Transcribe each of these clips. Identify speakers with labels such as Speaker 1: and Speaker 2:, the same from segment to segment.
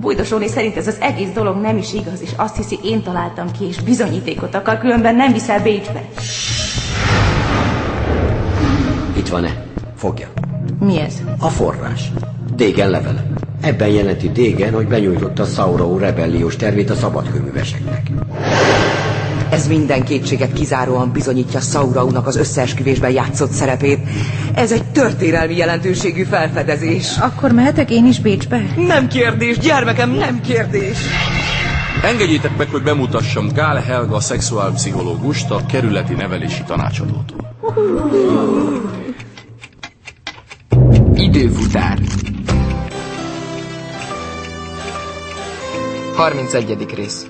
Speaker 1: Bújdos Róni szerint ez az egész dolog nem is igaz, és azt hiszi, én találtam ki, és bizonyítékot akar, különben nem viszel Bécsbe.
Speaker 2: Itt van-e? Fogja.
Speaker 1: Mi ez?
Speaker 2: A forrás. Dégen levele. Ebben jelenti Dégen, hogy benyújtotta Sauró rebelliós tervét a szabadkőműveseknek.
Speaker 3: Ez minden kétséget kizáróan bizonyítja Sauraunak az összeesküvésben játszott szerepét. Ez egy történelmi jelentőségű felfedezés.
Speaker 1: Akkor mehetek én is Bécsbe?
Speaker 3: Nem kérdés, gyermekem, nem kérdés.
Speaker 4: Engedjétek meg, hogy bemutassam Gál Helga a szexuálpszichológust, a kerületi nevelési tanácsadót.
Speaker 5: Időfutár 31. rész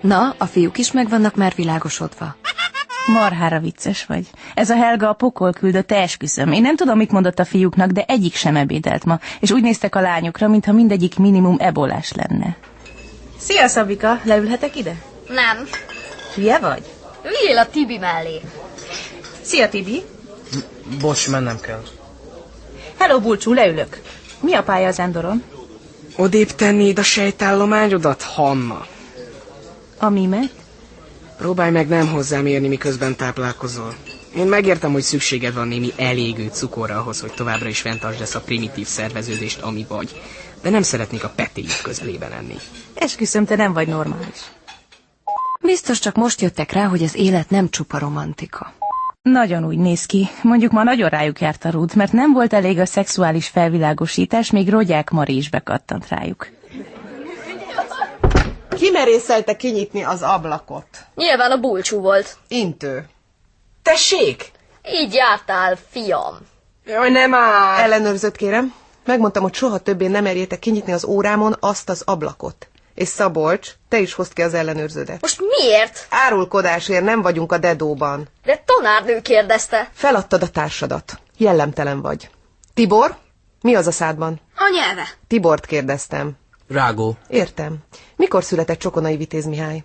Speaker 6: Na, a fiúk is meg vannak már világosodva.
Speaker 1: Marhára vicces vagy. Ez a Helga a pokol küldött, esküszöm. Én nem tudom, mit mondott a fiúknak, de egyik sem ebédelt ma, és úgy néztek a lányokra, mintha mindegyik minimum ebolás lenne. Szia, Szabika! Leülhetek ide?
Speaker 7: Nem.
Speaker 1: Hülye vagy?
Speaker 7: Üljél a Tibi mellé.
Speaker 1: Szia, Tibi!
Speaker 5: Bocs, mennem kell.
Speaker 1: Hello, Bulcsú, leülök. Mi a pálya az Endoron?
Speaker 5: Odébb tennéd a sejtállományodat, Hanna?
Speaker 1: A mimet?
Speaker 5: Próbálj meg nem hozzám érni, miközben táplálkozol. Én megértem, hogy szükséged van némi elégő cukorra ahhoz, hogy továbbra is fenntartsd ezt a primitív szerveződést, ami vagy. De nem szeretnék a petéit közelében lenni.
Speaker 1: Esküszöm, te nem vagy normális.
Speaker 6: Biztos csak most jöttek rá, hogy az élet nem csupa romantika.
Speaker 1: Nagyon úgy néz ki. Mondjuk ma nagyon rájuk járt a rúd, mert nem volt elég a szexuális felvilágosítás, még Rogyák Mari is bekattant rájuk.
Speaker 8: Kimerészelte kinyitni az ablakot.
Speaker 7: Nyilván a bulcsú volt.
Speaker 8: Intő. Tessék!
Speaker 7: Így jártál, fiam.
Speaker 8: Jaj, nem áll! Ellenőrzött, kérem. Megmondtam, hogy soha többé nem merjétek kinyitni az órámon azt az ablakot. És Szabolcs, te is hozd ki az ellenőrződet.
Speaker 7: Most miért?
Speaker 8: Árulkodásért nem vagyunk a dedóban.
Speaker 7: De tanárnő kérdezte.
Speaker 8: Feladtad a társadat. Jellemtelen vagy. Tibor? Mi az a szádban?
Speaker 7: A nyelve.
Speaker 8: Tibort kérdeztem.
Speaker 9: Rágó.
Speaker 8: Értem. Mikor született Csokonai Vitéz Mihály?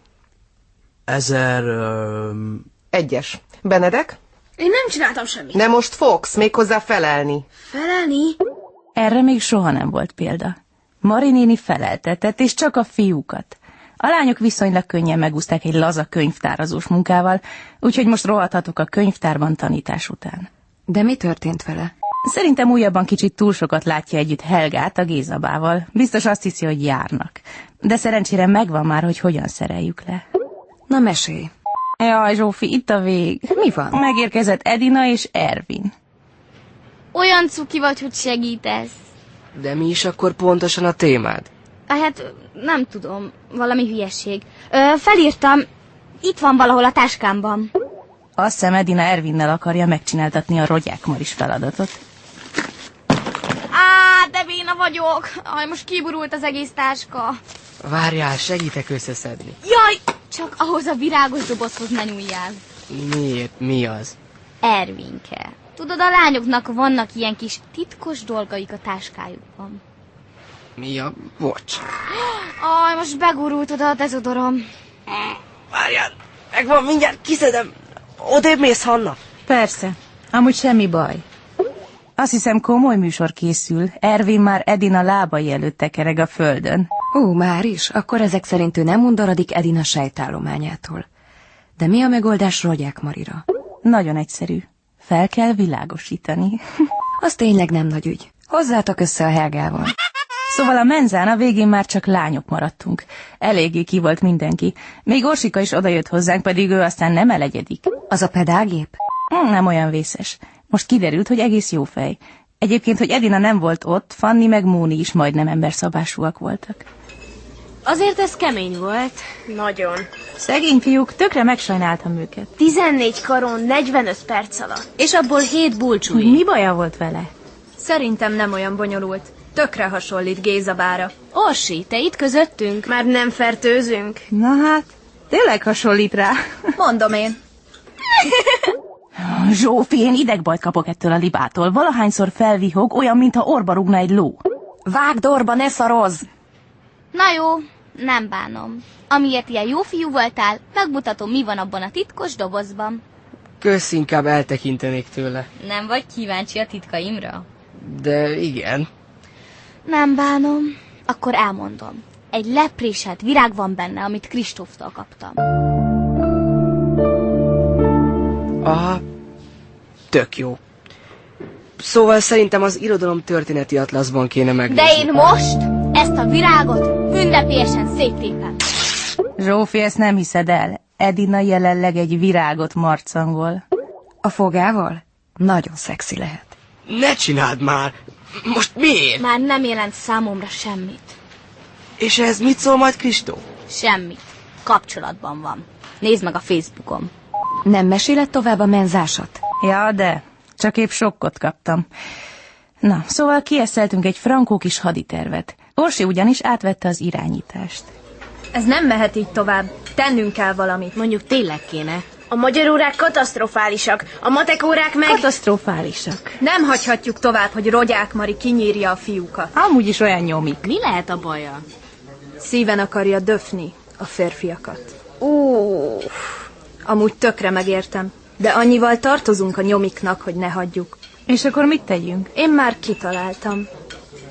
Speaker 9: Ezer... Um...
Speaker 8: Egyes. Benedek?
Speaker 10: Én nem csináltam semmit.
Speaker 8: De most fogsz méghozzá felelni.
Speaker 10: Felelni?
Speaker 1: Erre még soha nem volt példa. Marinéni feleltetett, és csak a fiúkat. A lányok viszonylag könnyen megúzták egy laza könyvtárazós munkával, úgyhogy most rohadhatok a könyvtárban tanítás után.
Speaker 6: De mi történt vele?
Speaker 1: Szerintem újabban kicsit túl sokat látja együtt Helgát a Gézabával. Biztos azt hiszi, hogy járnak. De szerencsére megvan már, hogy hogyan szereljük le.
Speaker 6: Na mesélj.
Speaker 1: Jaj, Zsófi, itt a vég.
Speaker 6: Mi van?
Speaker 1: Megérkezett Edina és Ervin.
Speaker 11: Olyan cuki vagy, hogy segítesz.
Speaker 5: De mi is akkor pontosan a témád?
Speaker 11: Hát nem tudom, valami hülyeség. Ö, felírtam, itt van valahol a táskámban.
Speaker 1: Azt hiszem Edina Ervinnel akarja megcsináltatni a rogyák maris feladatot.
Speaker 11: Á, de béna vagyok! Aj, most kiburult az egész táska.
Speaker 5: Várjál, segítek összeszedni.
Speaker 11: Jaj, csak ahhoz a virágos dobozhoz ne nyúljál.
Speaker 5: Miért? Mi az?
Speaker 11: Ervinke. Tudod, a lányoknak vannak ilyen kis titkos dolgaik a táskájukban.
Speaker 5: Mi a... bocs.
Speaker 11: Aj, most begurult oda a dezodorom.
Speaker 5: Várjál, megvan, mindjárt kiszedem. Odébb mész, Hanna?
Speaker 1: Persze. Amúgy semmi baj. Azt hiszem, komoly műsor készül. Ervin már Edina lábai előtt tekereg a földön.
Speaker 6: Ó, már is. Akkor ezek szerint ő nem undorodik Edina sejtállományától. De mi a megoldás Rogyák Marira?
Speaker 1: Nagyon egyszerű. Fel kell világosítani.
Speaker 6: Az tényleg nem nagy ügy. Hozzátok össze a Helgával.
Speaker 1: Szóval a menzán a végén már csak lányok maradtunk. Eléggé ki volt mindenki. Még Orsika is odajött hozzánk, pedig ő aztán nem elegyedik. Hm,
Speaker 6: Az a pedágép?
Speaker 1: Nem olyan vészes. Most kiderült, hogy egész jó fej. Egyébként, hogy Edina nem volt ott, Fanni meg Móni is majdnem emberszabásúak voltak.
Speaker 12: Azért ez kemény volt. Nagyon.
Speaker 1: Szegény fiúk, tökre megsajnáltam őket.
Speaker 12: 14 karon, 45 perc alatt. És abból 7 bulcsúi.
Speaker 1: Mi baja volt vele?
Speaker 13: Szerintem nem olyan bonyolult. Tökre hasonlít Géza bára.
Speaker 12: Orsi, te itt közöttünk? Már nem fertőzünk?
Speaker 1: Na hát, tényleg hasonlít rá.
Speaker 13: Mondom én.
Speaker 1: Zsófi, én idegbajt kapok ettől a libától. Valahányszor felvihog, olyan, mintha orba rúgna egy ló.
Speaker 6: Vágd orba, ne szarozz!
Speaker 11: Na jó, nem bánom. Amiért ilyen jó fiú voltál, megmutatom, mi van abban a titkos dobozban.
Speaker 5: Kösz, inkább eltekintenék tőle.
Speaker 14: Nem vagy kíváncsi a titkaimra?
Speaker 5: De igen.
Speaker 11: Nem bánom. Akkor elmondom. Egy lepréselt virág van benne, amit Kristóftól kaptam.
Speaker 5: Aha. Tök jó. Szóval szerintem az irodalom történeti atlaszban kéne meg.
Speaker 11: De én most ezt a virágot ünnepélyesen széttépem.
Speaker 1: Zsófi, ezt nem hiszed el. Edina jelenleg egy virágot marcangol.
Speaker 6: A fogával? Nagyon szexi lehet.
Speaker 5: Ne csináld már! Most miért?
Speaker 11: Már nem jelent számomra semmit.
Speaker 5: És ez mit szól majd Kristó?
Speaker 11: Semmit. Kapcsolatban van. Nézd meg a Facebookom.
Speaker 6: Nem meséled tovább a menzásat?
Speaker 1: Ja, de. Csak épp sokkot kaptam. Na, szóval kieszeltünk egy frankó kis haditervet. Orsi ugyanis átvette az irányítást.
Speaker 13: Ez nem mehet így tovább. Tennünk kell valamit.
Speaker 12: Mondjuk tényleg kéne.
Speaker 14: A magyar órák katasztrofálisak, a matek órák meg...
Speaker 1: Katasztrofálisak.
Speaker 13: Nem hagyhatjuk tovább, hogy Rogyák Mari kinyírja a fiúkat.
Speaker 1: Amúgy is olyan nyomik.
Speaker 12: Mi lehet a baja?
Speaker 13: Szíven akarja döfni a férfiakat.
Speaker 14: Ó,
Speaker 13: Amúgy tökre megértem. De annyival tartozunk a nyomiknak, hogy ne hagyjuk.
Speaker 1: És akkor mit tegyünk?
Speaker 13: Én már kitaláltam.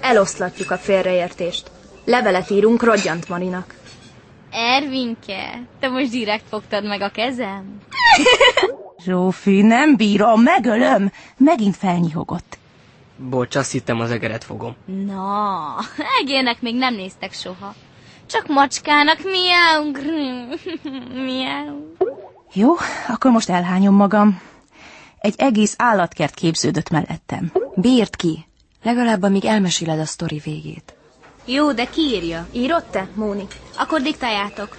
Speaker 13: Eloszlatjuk a félreértést. Levelet írunk Rogyant Marinak.
Speaker 11: Ervinke, te most direkt fogtad meg a kezem?
Speaker 1: Zsófi, nem bírom, megölöm! Megint felnyihogott.
Speaker 5: Bocs, azt hittem az egeret fogom.
Speaker 11: Na, egérnek még nem néztek soha. Csak macskának miau, grrr, miau.
Speaker 1: Jó, akkor most elhányom magam. Egy egész állatkert képződött mellettem.
Speaker 6: Bírd ki! Legalább amíg elmeséled a sztori végét.
Speaker 11: Jó, de kiírja.
Speaker 13: Írod te, Móni?
Speaker 11: Akkor diktáljátok.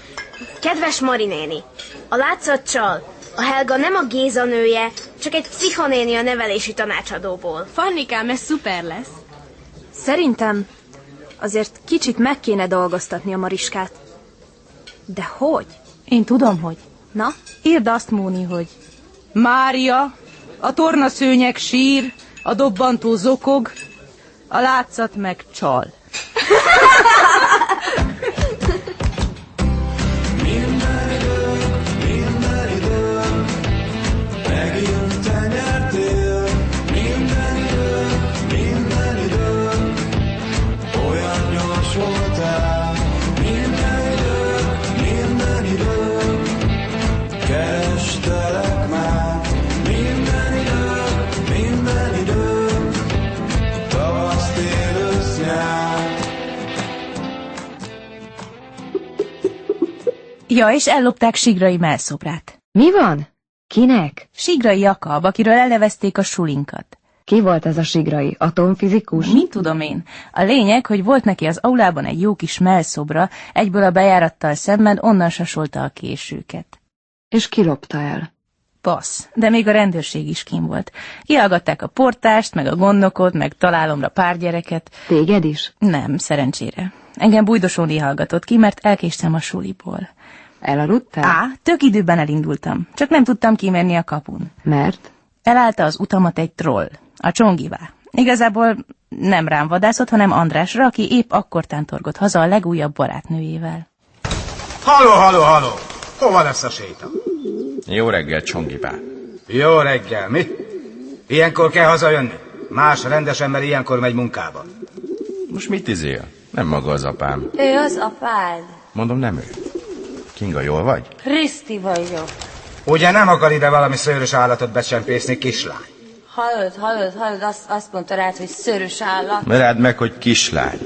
Speaker 14: Kedves Marinéni, a látszatcsal, a Helga nem a Géza nője, csak egy pszichonéni a nevelési tanácsadóból.
Speaker 12: Fannikám, ez szuper lesz.
Speaker 13: Szerintem azért kicsit meg kéne dolgoztatni a Mariskát. De hogy?
Speaker 1: Én tudom, hogy.
Speaker 13: Na?
Speaker 1: Írd azt, Móni, hogy... Mária, a tornaszőnyek sír, a dobbantó zokog, a látszat meg csal. Ja, és ellopták Sigrai melszobrát.
Speaker 6: Mi van? Kinek?
Speaker 1: Sigrai Jakab, akiről elevezték a sulinkat.
Speaker 6: Ki volt ez a sigrai? Atomfizikus?
Speaker 1: Mint tudom én. A lényeg, hogy volt neki az aulában egy jó kis melszobra, egyből a bejárattal szemben onnan sasolta a későket.
Speaker 6: És kilopta el.
Speaker 1: Passz, de még a rendőrség is kim volt. Kihallgatták a portást, meg a gondnokot, meg találomra pár gyereket.
Speaker 6: Téged is?
Speaker 1: Nem, szerencsére. Engem bújdosóni hallgatott ki, mert elkéstem a suliból.
Speaker 6: Elaludtál?
Speaker 1: Á, tök időben elindultam, csak nem tudtam kimenni a kapun.
Speaker 6: Mert?
Speaker 1: Elállta az utamat egy troll, a csongivá. Igazából nem rám vadászott, hanem Andrásra, aki épp akkor tántorgott haza a legújabb barátnőjével.
Speaker 15: Halló, halló, halló! Hova lesz a séta?
Speaker 4: Jó reggel, Csongipá.
Speaker 15: Jó reggel, mi? Ilyenkor kell hazajönni? Más rendes ember ilyenkor megy munkába.
Speaker 4: Most mit izél? Nem maga az apám.
Speaker 16: Ő az apád.
Speaker 4: Mondom, nem ő. Kinga, jól vagy?
Speaker 16: Kriszti vagyok.
Speaker 15: Ugye nem akar ide valami szőrös állatot becsempészni, kislány?
Speaker 16: Hallod, hallod, hallod, azt, azt mondta rád, hogy szörös állat.
Speaker 4: Ne rád meg, hogy kislány.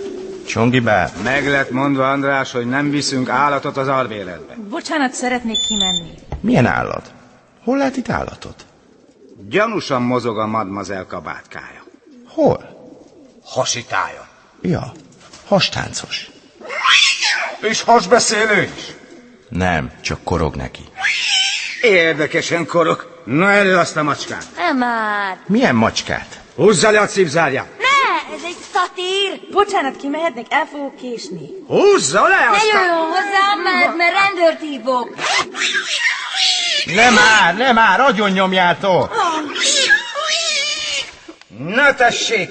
Speaker 4: Csongi bár.
Speaker 15: Meg lett mondva, András, hogy nem viszünk állatot az alvéletbe.
Speaker 1: Bocsánat, szeretnék kimenni.
Speaker 4: Milyen állat? Hol lát itt állatot?
Speaker 15: Gyanúsan mozog a madmazel kabátkája.
Speaker 4: Hol?
Speaker 15: Hasitája.
Speaker 4: Ja, hastáncos.
Speaker 15: És hasbeszélő is.
Speaker 4: Nem, csak korog neki.
Speaker 15: Érdekesen korok. Na elő azt a macskát.
Speaker 16: Nem már!
Speaker 4: Milyen macskát?
Speaker 15: Húzza le a cipzárját.
Speaker 16: Ne! Ez egy szatír!
Speaker 17: Bocsánat, kimehetnék, el fogok késni.
Speaker 15: Húzza le
Speaker 16: Ne
Speaker 15: azt a...
Speaker 16: jöjjön hozzám, mert, mert rendőrt hívok!
Speaker 18: Nem már, nem már, agyon nyomjátok!
Speaker 15: Na tessék!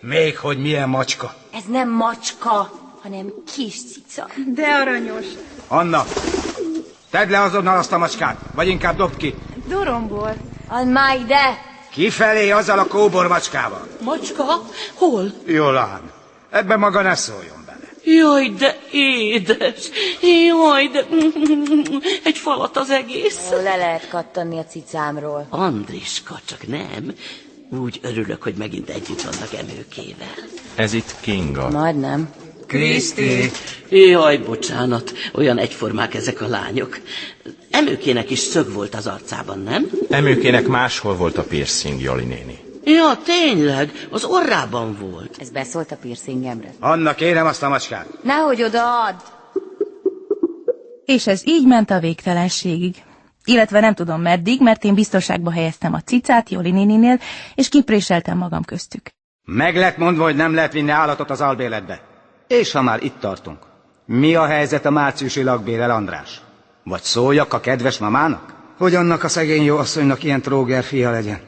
Speaker 15: Még hogy milyen macska.
Speaker 16: Ez nem macska, hanem kis cica.
Speaker 17: De aranyos.
Speaker 15: Anna, tedd le azonnal azt a macskát, vagy inkább dobd ki.
Speaker 17: Doromból.
Speaker 16: Add már ide!
Speaker 15: Kifelé azzal a kóbor macskával.
Speaker 17: Macska? Hol?
Speaker 15: Jól ám. Ebbe maga ne szóljon be.
Speaker 17: Jaj, de édes! Jaj, de... Egy falat az egész.
Speaker 16: Ó, le lehet kattanni a cicámról.
Speaker 19: Andriska, csak nem. Úgy örülök, hogy megint együtt vannak emőkével.
Speaker 4: Ez itt Kinga.
Speaker 16: Majd nem.
Speaker 19: Kriszti! Jaj, bocsánat, olyan egyformák ezek a lányok. Emőkének is szög volt az arcában, nem?
Speaker 4: Emőkének máshol volt a piercing, Jali néni.
Speaker 19: Ja, tényleg, az orrában volt.
Speaker 16: Ez beszólt a piercingemre.
Speaker 15: Anna, kérem azt a macskát.
Speaker 16: Nehogy odaad!
Speaker 1: És ez így ment a végtelenségig. Illetve nem tudom meddig, mert én biztonságba helyeztem a cicát Joli néninél, és kipréseltem magam köztük.
Speaker 15: Meg lett mondva, hogy nem lehet vinni állatot az albéletbe. És ha már itt tartunk, mi a helyzet a márciusi lakbérel, András? Vagy szóljak a kedves mamának? Hogy annak a szegény jó asszonynak ilyen tróger fia legyen.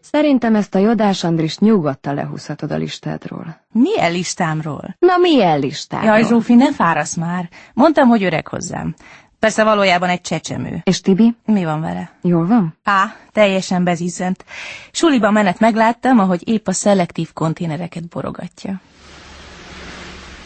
Speaker 6: Szerintem ezt a jodás Andris nyugodtan lehúzhatod a listádról.
Speaker 1: Milyen listámról?
Speaker 6: Na milyen listáról?
Speaker 1: Jaj, Zsófi, ne fárasz már. Mondtam, hogy öreg hozzám. Persze valójában egy csecsemő.
Speaker 6: És Tibi?
Speaker 1: Mi van vele?
Speaker 6: Jól van?
Speaker 1: Á, teljesen bezizzent. Suliba menet megláttam, ahogy épp a szelektív konténereket borogatja.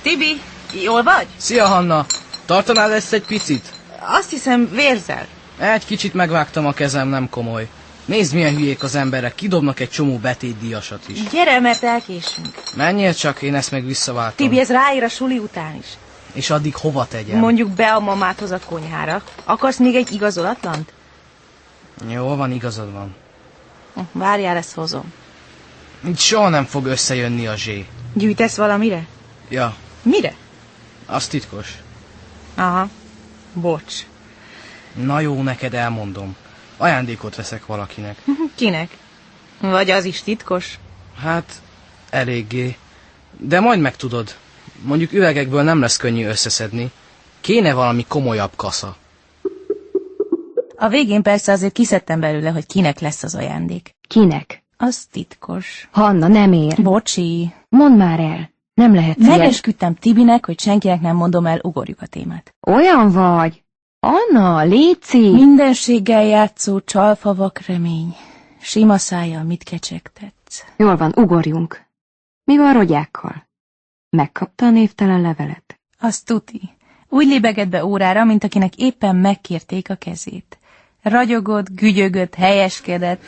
Speaker 17: Tibi, jól vagy?
Speaker 9: Szia, Hanna! Tartanál ezt egy picit?
Speaker 17: Azt hiszem, vérzel.
Speaker 9: Egy kicsit megvágtam a kezem, nem komoly. Nézd, milyen hülyék az emberek, kidobnak egy csomó betétdíjasat is.
Speaker 17: Gyere, mert elkésünk.
Speaker 9: Menjél csak, én ezt meg visszaváltom.
Speaker 17: Tibi, ez ráír a suli után is.
Speaker 9: És addig hova tegyem?
Speaker 17: Mondjuk be a mamádhoz a konyhára. Akarsz még egy igazolatlant?
Speaker 9: Jó, van, igazad van.
Speaker 17: Hm, Várjál, ezt hozom.
Speaker 9: Itt soha nem fog összejönni a zsé.
Speaker 17: Gyűjtesz valamire?
Speaker 9: Ja,
Speaker 17: Mire?
Speaker 9: az titkos.
Speaker 17: Aha. Bocs.
Speaker 9: Na jó, neked elmondom. Ajándékot veszek valakinek.
Speaker 17: Kinek? Vagy az is titkos?
Speaker 9: Hát, eléggé. De majd megtudod. Mondjuk üvegekből nem lesz könnyű összeszedni. Kéne valami komolyabb kasza.
Speaker 1: A végén persze azért kiszedtem belőle, hogy kinek lesz az ajándék.
Speaker 6: Kinek?
Speaker 1: Az titkos.
Speaker 6: Hanna, nem ér.
Speaker 1: Bocsi.
Speaker 6: Mondd már el. Nem lehet ilyen.
Speaker 1: Megesküdtem Tibinek, hogy senkinek nem mondom el, ugorjuk a témát.
Speaker 6: Olyan vagy. Anna, léci!
Speaker 1: Mindenséggel játszó csalfavak remény. Sima szájjal mit kecsegtetsz.
Speaker 6: Jól van, ugorjunk. Mi van rogyákkal? Megkapta a névtelen levelet.
Speaker 1: Az tuti. Úgy lébeget be órára, mint akinek éppen megkérték a kezét. Ragyogott, gügyögött, helyeskedett.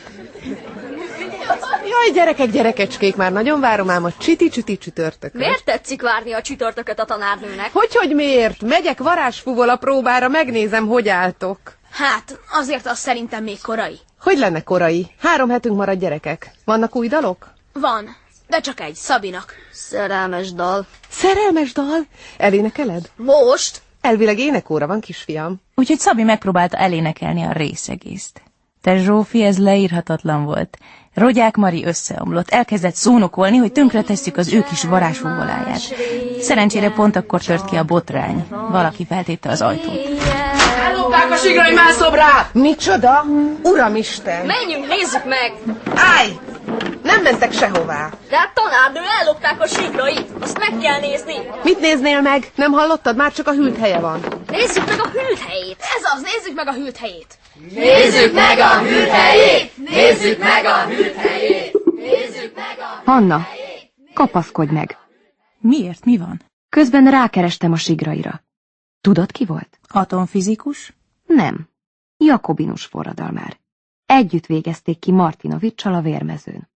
Speaker 8: Jaj, gyerekek, gyerekecskék, már nagyon várom ám a csiti-csüti csütörtököt.
Speaker 7: Miért tetszik várni a csütörtököt a tanárnőnek?
Speaker 8: Hogy, hogy miért? Megyek varázsfúvol a próbára, megnézem, hogy álltok.
Speaker 12: Hát, azért az szerintem még korai.
Speaker 8: Hogy lenne korai? Három hetünk marad gyerekek. Vannak új dalok?
Speaker 12: Van, de csak egy, Szabinak.
Speaker 7: Szerelmes dal.
Speaker 8: Szerelmes dal? Elénekeled?
Speaker 7: Most?
Speaker 8: Elvileg énekóra van, kisfiam.
Speaker 1: Úgyhogy Szabi megpróbálta elénekelni a részegészt. Te Zsófi, ez leírhatatlan volt. Rogyák Mari összeomlott, elkezdett szónokolni, hogy tönkretesszük az ő kis varázsfúvoláját. Szerencsére pont akkor tört ki a botrány. Valaki feltépte az ajtót.
Speaker 5: Ellopták a sigrai mászobrát!
Speaker 8: Micsoda? Uramisten!
Speaker 7: Menjünk, nézzük meg!
Speaker 8: Állj! Nem mentek sehová.
Speaker 7: De hát tanárnő, ellopták a sikrait! Azt meg kell nézni!
Speaker 8: Mit néznél meg? Nem hallottad? Már csak a hűlt helye van.
Speaker 7: Nézzük meg a hűlt helyét!
Speaker 12: Ez az, nézzük meg a hűlt helyét.
Speaker 14: Nézzük meg a hűlt helyét!
Speaker 12: Nézzük meg a
Speaker 14: hűlt helyét! Nézzük meg a...
Speaker 6: Hanna, kapaszkodj meg.
Speaker 1: Miért? Mi van?
Speaker 6: Közben rákerestem a sigraira. Tudod, ki volt?
Speaker 1: Atomfizikus?
Speaker 6: Nem. Jakobinus forradalmár. Együtt végezték ki Martinovicsal a vérmezőn.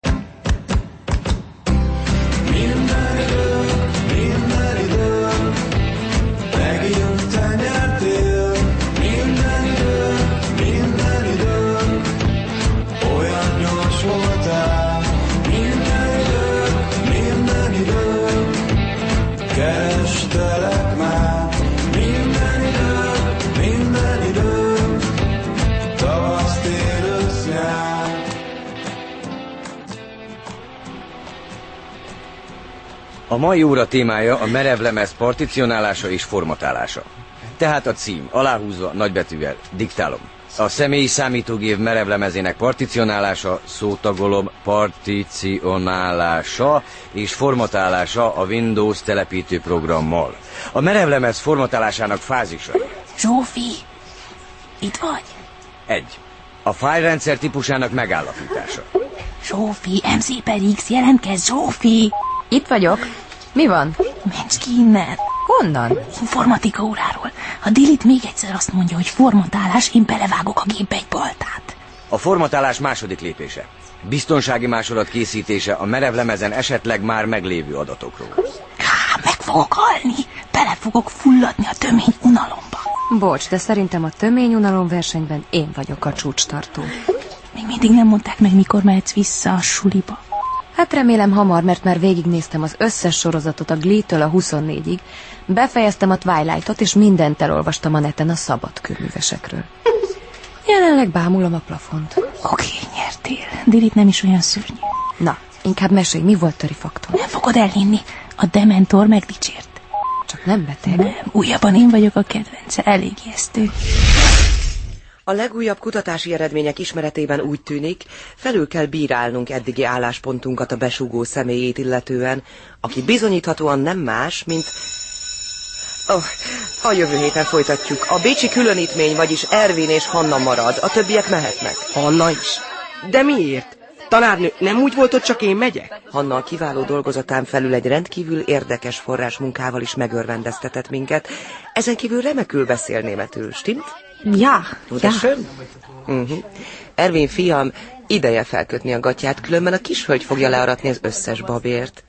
Speaker 20: mai óra témája a merevlemez particionálása és formatálása. Tehát a cím, aláhúzva, nagybetűvel, diktálom. A személyi számítógép merevlemezének particionálása, szótagolom, particionálása és formatálása a Windows telepítő programmal. A merevlemez formatálásának fázisai.
Speaker 1: Zsófi, itt vagy?
Speaker 20: 1. A fájlrendszer típusának megállapítása.
Speaker 1: Zsófi, MC per X, jelentkezz, Zsófi!
Speaker 6: Itt vagyok. Mi van?
Speaker 1: Menj ki innen!
Speaker 6: Honnan?
Speaker 1: Informatika óráról. Ha Dilit még egyszer azt mondja, hogy formatálás, én belevágok a gépbe egy baltát.
Speaker 20: A formatálás második lépése. Biztonsági másolat készítése a merevlemezen esetleg már meglévő adatokról.
Speaker 1: Á, meg fogok halni! Bele fogok fulladni a tömény unalomba.
Speaker 6: Bocs, de szerintem a tömény unalom versenyben én vagyok a csúcstartó.
Speaker 1: Még mindig nem mondták meg, mikor mehetsz vissza a suliba.
Speaker 6: Hát remélem hamar, mert már végignéztem az összes sorozatot a Glee-től a 24-ig, befejeztem a Twilight-ot, és mindent elolvastam a neten a szabad körművesekről. Jelenleg bámulom a plafont.
Speaker 1: Oké, nyertél. Dilit nem is olyan szörnyű.
Speaker 6: Na, inkább mesélj, mi volt töri faktor?
Speaker 1: Nem fogod elhinni. A dementor megdicsért.
Speaker 6: Csak nem beteg.
Speaker 1: Nem, újabban én vagyok a kedvence. Elég ijesztő.
Speaker 3: A legújabb kutatási eredmények ismeretében úgy tűnik, felül kell bírálnunk eddigi álláspontunkat a besúgó személyét illetően, aki bizonyíthatóan nem más, mint... Oh, a jövő héten folytatjuk. A Bécsi különítmény, vagyis Ervin és Hanna marad, a többiek mehetnek.
Speaker 5: Hanna is? De miért? Tanárnő, nem úgy volt, hogy csak én megyek?
Speaker 3: Hanna a kiváló dolgozatán felül egy rendkívül érdekes forrás munkával is megörvendeztetett minket. Ezen kívül remekül beszél németül, stimmt?
Speaker 13: Ja, ja.
Speaker 3: Wunderschön. Uh-huh. Ervin fiam, ideje felkötni a gatyát, különben a kishölgy fogja learatni az összes babért.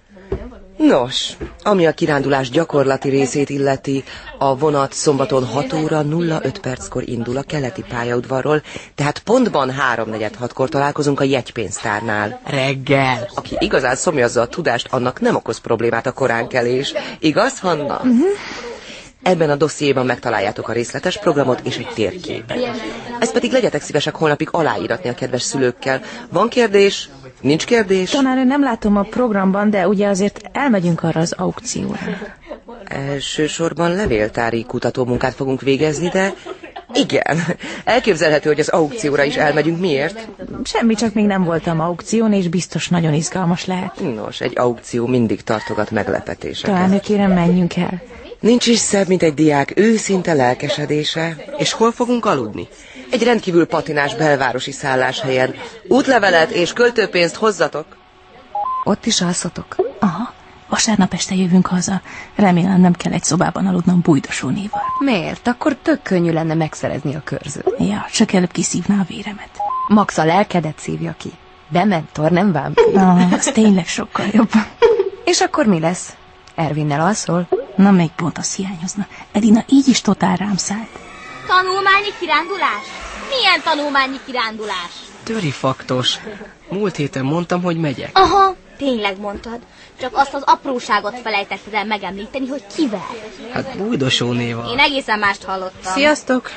Speaker 3: Nos, ami a kirándulás gyakorlati részét illeti, a vonat szombaton 6 óra 05 perckor indul a keleti pályaudvarról, tehát pontban 3.46-kor találkozunk a jegypénztárnál.
Speaker 5: Reggel.
Speaker 3: Aki igazán szomjazza a tudást, annak nem okoz problémát a koránkelés. Igaz, Hanna? Uh-huh. Ebben a dossziéban megtaláljátok a részletes programot és egy térképet. Ezt pedig legyetek szívesek holnapig aláíratni a kedves szülőkkel. Van kérdés? Nincs kérdés?
Speaker 1: Tanár, nem látom a programban, de ugye azért elmegyünk arra az aukcióra.
Speaker 3: Elsősorban levéltári kutatómunkát fogunk végezni, de igen, elképzelhető, hogy az aukcióra is elmegyünk. Miért?
Speaker 1: Semmi, csak még nem voltam aukción, és biztos nagyon izgalmas lehet.
Speaker 3: Nos, egy aukció mindig tartogat meglepetéseket.
Speaker 1: Talán kérem, menjünk el.
Speaker 3: Nincs is szebb, mint egy diák őszinte lelkesedése.
Speaker 5: És hol fogunk aludni?
Speaker 3: Egy rendkívül patinás belvárosi szálláshelyen. Útlevelet és költőpénzt hozzatok.
Speaker 6: Ott is alszatok.
Speaker 1: Aha, vasárnap este jövünk haza. Remélem nem kell egy szobában aludnom bújdosónéval.
Speaker 6: Miért? Akkor tök könnyű lenne megszerezni a körzőt.
Speaker 1: Ja, csak előbb kiszívná a véremet.
Speaker 6: Max a lelkedet szívja ki. Dementor, nem vám?
Speaker 1: Ah, az tényleg sokkal jobb.
Speaker 6: És akkor mi lesz? Ervinnel alszol?
Speaker 1: Na, még pont az hiányozna. Edina így is totál rám szállt.
Speaker 11: Tanulmányi kirándulás? Milyen tanulmányi kirándulás?
Speaker 5: Töri faktos. Múlt héten mondtam, hogy megyek.
Speaker 11: Aha, tényleg mondtad. Csak azt az apróságot felejtetted el megemlíteni, hogy kivel.
Speaker 5: Hát bújdosó néva.
Speaker 11: Én egészen mást hallottam.
Speaker 8: Sziasztok!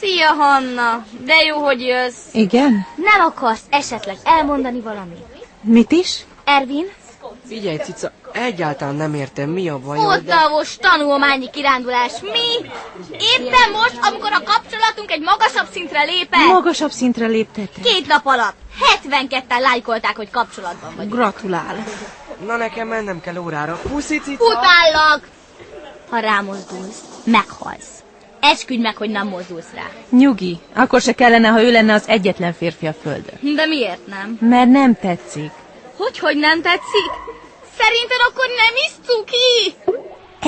Speaker 11: Szia, Hanna! De jó, hogy jössz.
Speaker 8: Igen?
Speaker 11: Nem akarsz esetleg elmondani valamit?
Speaker 8: Mit is?
Speaker 11: Ervin,
Speaker 5: Figyelj, cica, egyáltalán nem értem, mi a baj.
Speaker 11: Ottavos tanulmányi kirándulás. Mi? Éppen most, amikor a kapcsolatunk egy magasabb szintre lépett.
Speaker 8: Magasabb szintre léptetek.
Speaker 11: Két nap alatt 72-en lájkolták, hogy kapcsolatban vagyunk.
Speaker 8: Gratulál.
Speaker 5: Na nekem mennem kell órára. Puszi, cica!
Speaker 11: Utállak! Ha rámozdulsz, meghalsz. Esküdj meg, hogy nem mozdulsz rá.
Speaker 1: Nyugi, akkor se kellene, ha ő lenne az egyetlen férfi a földön.
Speaker 11: De miért nem?
Speaker 1: Mert nem tetszik.
Speaker 11: Hogy, hogy nem tetszik? Szerinted akkor nem is cuki?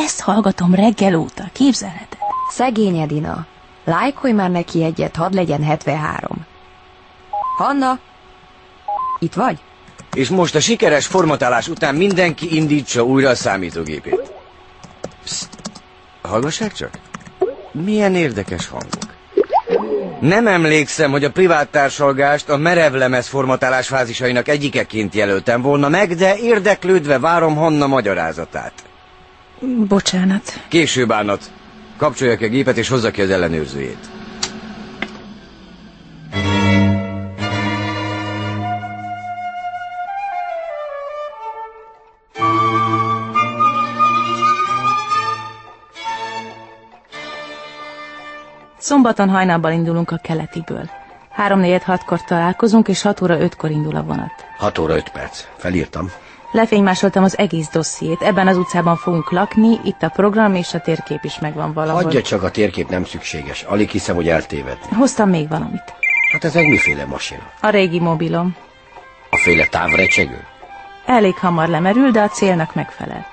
Speaker 1: Ezt hallgatom reggel óta, képzelheted?
Speaker 6: Szegény Edina. Lájkolj már neki egyet, hadd legyen 73. Hanna, itt vagy?
Speaker 20: És most a sikeres formatálás után mindenki indítsa újra a számítógépét. Psst, hallgassák csak? Milyen érdekes hangok. Nem emlékszem, hogy a privát társalgást a merevlemez formatálás fázisainak egyikeként jelöltem volna meg, de érdeklődve várom Hanna magyarázatát.
Speaker 1: Bocsánat.
Speaker 20: Később bánat. Kapcsolja ki a gépet és hozza ki az ellenőrzőjét.
Speaker 1: Szombaton hajnalban indulunk a keletiből. 3-4-6-kor találkozunk, és 6 óra 5-kor indul a vonat.
Speaker 2: 6 óra 5 perc. Felírtam.
Speaker 1: Lefénymásoltam az egész dossziét. Ebben az utcában fogunk lakni, itt a program és a térkép is megvan valahol.
Speaker 2: Adja csak, a térkép nem szükséges. Alig hiszem, hogy eltéved.
Speaker 1: Hoztam még valamit.
Speaker 2: Hát ez meg miféle masina?
Speaker 1: A régi mobilom.
Speaker 2: A féle távrecsegő?
Speaker 1: Elég hamar lemerül, de a célnak megfelel.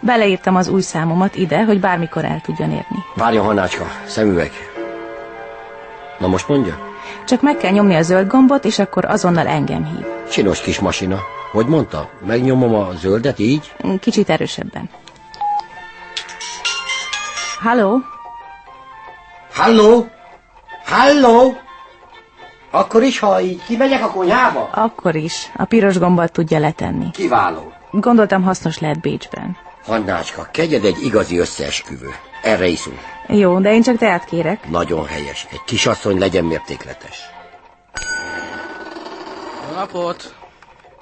Speaker 1: Beleírtam az új számomat ide, hogy bármikor el tudjon érni.
Speaker 2: Várja, Hanácska, szemüveg. Na most mondja?
Speaker 1: Csak meg kell nyomni a zöld gombot, és akkor azonnal engem hív.
Speaker 2: Csinos kis masina. Hogy mondta? Megnyomom a zöldet így?
Speaker 1: Kicsit erősebben. Halló?
Speaker 2: Halló? Halló? Akkor is, ha így kimegyek a konyhába?
Speaker 1: Akkor is. A piros gombbal tudja letenni.
Speaker 2: Kiváló.
Speaker 1: Gondoltam hasznos lehet Bécsben.
Speaker 2: Hannácska, kegyed egy igazi összeesküvő. Erre iszunk.
Speaker 1: Jó, de én csak teát kérek.
Speaker 2: Nagyon helyes. Egy kisasszony legyen mértékletes.
Speaker 9: Jó napot!